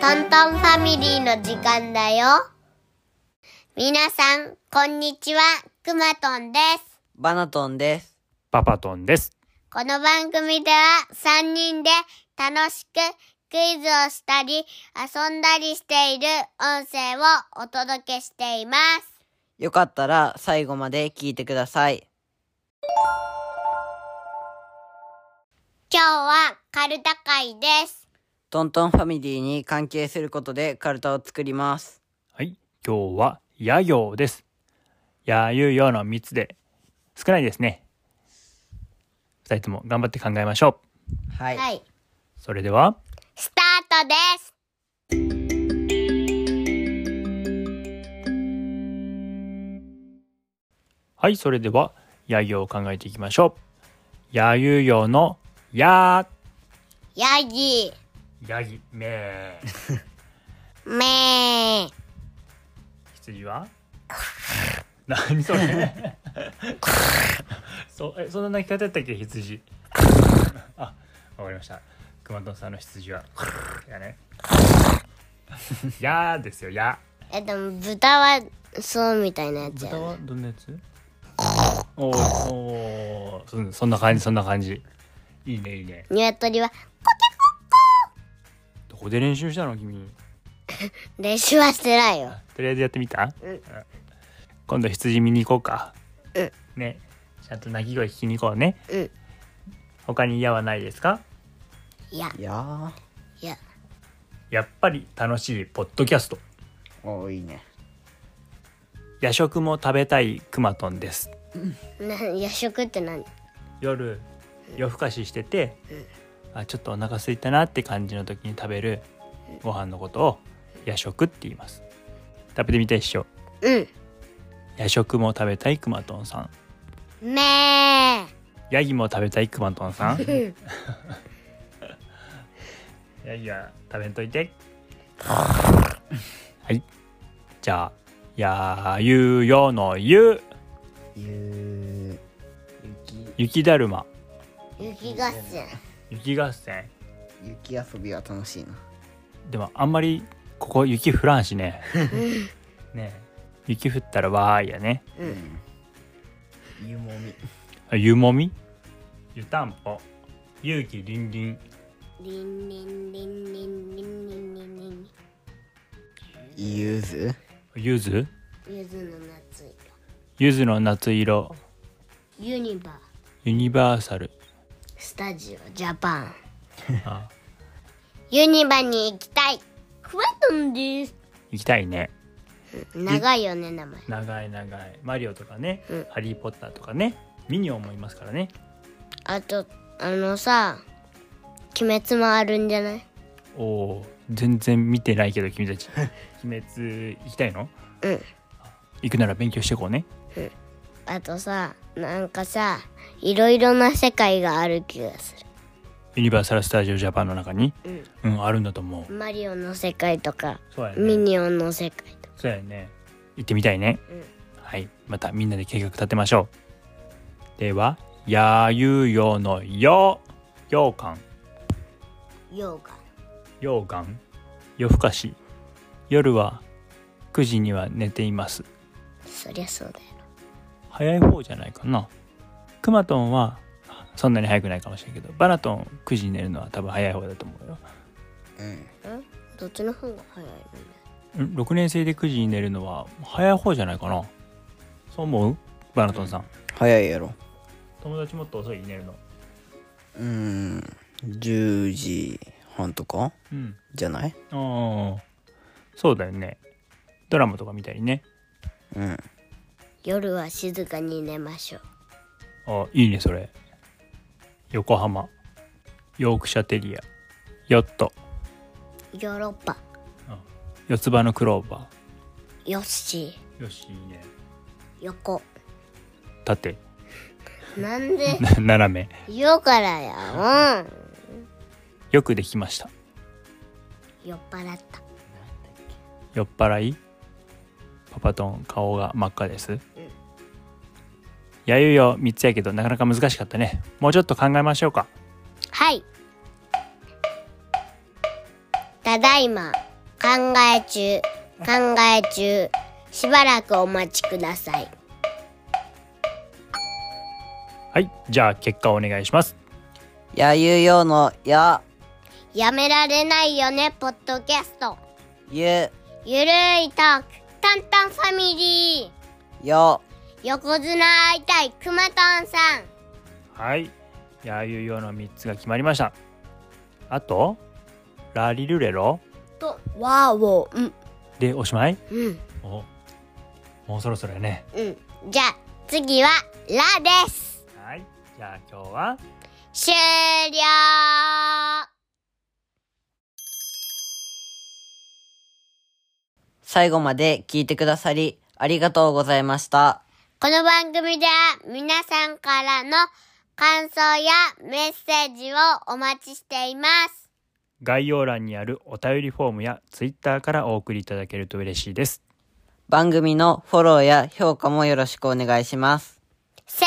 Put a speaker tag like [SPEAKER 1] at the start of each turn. [SPEAKER 1] トントンファミリーの時間だよ。皆さん、こんにちは。くまとんです。
[SPEAKER 2] バナトンです。
[SPEAKER 3] パパトンです。
[SPEAKER 1] この番組では3人で楽しくクイズをしたり、遊んだりしている音声をお届けしています。
[SPEAKER 2] よかったら最後まで聞いてください。
[SPEAKER 1] 今日はカルタ会です。
[SPEAKER 2] トントンファミリーに関係することでカルタを作ります。
[SPEAKER 3] はい。今日は、や行です。やゆよの3つで、少ないですね。2人とも頑張って考えましょう。
[SPEAKER 2] はい。
[SPEAKER 1] はい。
[SPEAKER 3] それでは、
[SPEAKER 1] スタートです。
[SPEAKER 3] はい。それでは、や行を考えていきましょう。やゆよの、や
[SPEAKER 1] ヤギ、
[SPEAKER 3] ヤギ、めー。
[SPEAKER 1] メー、
[SPEAKER 3] 羊は 何それ そう、え、そんな鳴き方だったっけ羊。 あ、わかりました。熊本さんの羊は、やね。やーですよ、や。
[SPEAKER 1] え、でも豚はそうみたいなやつや
[SPEAKER 3] 豚
[SPEAKER 1] な。
[SPEAKER 3] はどんなやつおーおーそそんな感じそんな感じいいねいいね
[SPEAKER 1] 鶏は
[SPEAKER 3] どこで練習したの君
[SPEAKER 1] 練習はしてないよ。
[SPEAKER 3] とりあえずやってみた、
[SPEAKER 1] うん
[SPEAKER 3] 今度羊見に行こうか、
[SPEAKER 1] うん
[SPEAKER 3] ねちゃんと鳴き声聞きに行こうね
[SPEAKER 1] うん。
[SPEAKER 3] 他に嫌はないですか
[SPEAKER 1] いや、
[SPEAKER 2] いや
[SPEAKER 1] いや。
[SPEAKER 3] やっぱり楽しいポッドキャスト
[SPEAKER 2] ー、おーいいね。
[SPEAKER 3] 夜食も食べたいくまとんです
[SPEAKER 1] な夜食って何
[SPEAKER 3] 夜夜更かししてて、あちょっとお腹空いたなって感じの時に食べるご飯のことを夜食って言います食べてみたいっしょ
[SPEAKER 1] うん
[SPEAKER 3] 夜食も食べたいくまとんさん
[SPEAKER 1] め
[SPEAKER 3] ヤギも食べたいくまとんさん
[SPEAKER 1] ー
[SPEAKER 3] ヤギは食べんといてはいじゃあやゆうよのゆ
[SPEAKER 2] ゆー、雪、
[SPEAKER 3] 雪だるま
[SPEAKER 1] 雪合戦
[SPEAKER 3] 雪合戦
[SPEAKER 2] 雪遊びは楽しいな。
[SPEAKER 3] でもあんまりここ雪降らんしね ねえ雪降ったらわーいやね
[SPEAKER 2] うん。ゆもみ。
[SPEAKER 3] 湯もみ湯たんぽ勇気りんりん
[SPEAKER 1] リンリンリンリンリンリンリンリン
[SPEAKER 2] ゆず。
[SPEAKER 3] ゆず
[SPEAKER 1] ゆずの夏色
[SPEAKER 3] ゆずの夏色
[SPEAKER 1] ユニバー
[SPEAKER 3] ユニバーサル
[SPEAKER 1] スタジオジャパン
[SPEAKER 3] あ
[SPEAKER 1] ユニバに行きたいクワトンです
[SPEAKER 3] 行きたいね
[SPEAKER 1] 長いよね名前
[SPEAKER 3] 長い長いマリオとかね、
[SPEAKER 1] うん
[SPEAKER 3] ハリー・ポッターとかねミニオンもいますからね
[SPEAKER 1] あとあのさ鬼滅もあるんじゃない
[SPEAKER 3] おおー全然見てないけど君たち 鬼滅行きたいの
[SPEAKER 1] うん
[SPEAKER 3] 行くなら勉強してこうね
[SPEAKER 1] あとさなんかさいろいろな世界がある気がす
[SPEAKER 3] ユニバーサル・スタジオ・ジャパンの中に
[SPEAKER 1] る
[SPEAKER 3] うん、あるんだと思う
[SPEAKER 1] うんマリオの世界とか
[SPEAKER 3] そうやね
[SPEAKER 1] ミニオンの世界とか
[SPEAKER 3] そうやね行ってみたいね、
[SPEAKER 1] うん
[SPEAKER 3] はいまたみんなで計画立てましょうでは「やゆうよ」の「よ」「ようかん」
[SPEAKER 1] ヨガ
[SPEAKER 3] 「ようかん」「夜更かし」「夜は9時には寝ています
[SPEAKER 1] そりゃそうだよ」
[SPEAKER 3] 早い方じゃないかなくまとんはそんなに早くないかもしれんけどバナトン9時に寝るのは多分早い方だと思うよ
[SPEAKER 2] うん。
[SPEAKER 1] どっちの方が早いのね
[SPEAKER 3] ん6年生で9時に寝るのは早い方じゃないかなそう思うバナトンさん、
[SPEAKER 2] 早いやろ。
[SPEAKER 3] 友達もっと遅い寝るの
[SPEAKER 2] うん。10時半とか
[SPEAKER 3] うん
[SPEAKER 2] じゃない
[SPEAKER 3] ああそうだよねドラマとか見たりね
[SPEAKER 2] うん。
[SPEAKER 1] 夜は静かに寝ましょう
[SPEAKER 3] あいいねそれ横浜ヨークシャテリアヨット
[SPEAKER 1] ヨーロッパ
[SPEAKER 3] 四つ葉のクローバ
[SPEAKER 1] ヨッシ
[SPEAKER 3] ーよしいいね
[SPEAKER 1] ー横
[SPEAKER 3] 縦
[SPEAKER 1] なんで
[SPEAKER 3] 斜め
[SPEAKER 1] ヨからやうん
[SPEAKER 3] よくできました
[SPEAKER 1] 酔っ払った
[SPEAKER 3] 酔っ払いパパトン顔が真っ赤です、やゆよ3つやけどなかなか難しかったねもうちょっと考えましょうか
[SPEAKER 1] はいただいま考え中考え中しばらくお待ちください
[SPEAKER 3] はいじゃあ結果お願いします
[SPEAKER 2] やゆうようのや
[SPEAKER 1] やめられないよねポッドキャスト
[SPEAKER 2] ゆ
[SPEAKER 1] ゆるいトークタンタンファミリ
[SPEAKER 2] よ
[SPEAKER 1] ー横綱会いたいくまとんさん
[SPEAKER 3] はいやゆうようの3つが決まりましたあとラリルレロ
[SPEAKER 1] とわーをうん
[SPEAKER 3] でおしまい
[SPEAKER 1] うん
[SPEAKER 3] おもうそろそろやね
[SPEAKER 1] うんじゃあ次はラです
[SPEAKER 3] はいじゃあ今日は
[SPEAKER 1] 終了
[SPEAKER 2] 最後まで聞いてくださりありがとうございました
[SPEAKER 1] この番組では皆さんからの感想やメッセージをお待ちしています。
[SPEAKER 3] 概要欄にあるお便りフォームやツイッターからお送りいただけると嬉しいです
[SPEAKER 2] 番組のフォローや評価もよろしくお願いします
[SPEAKER 1] せ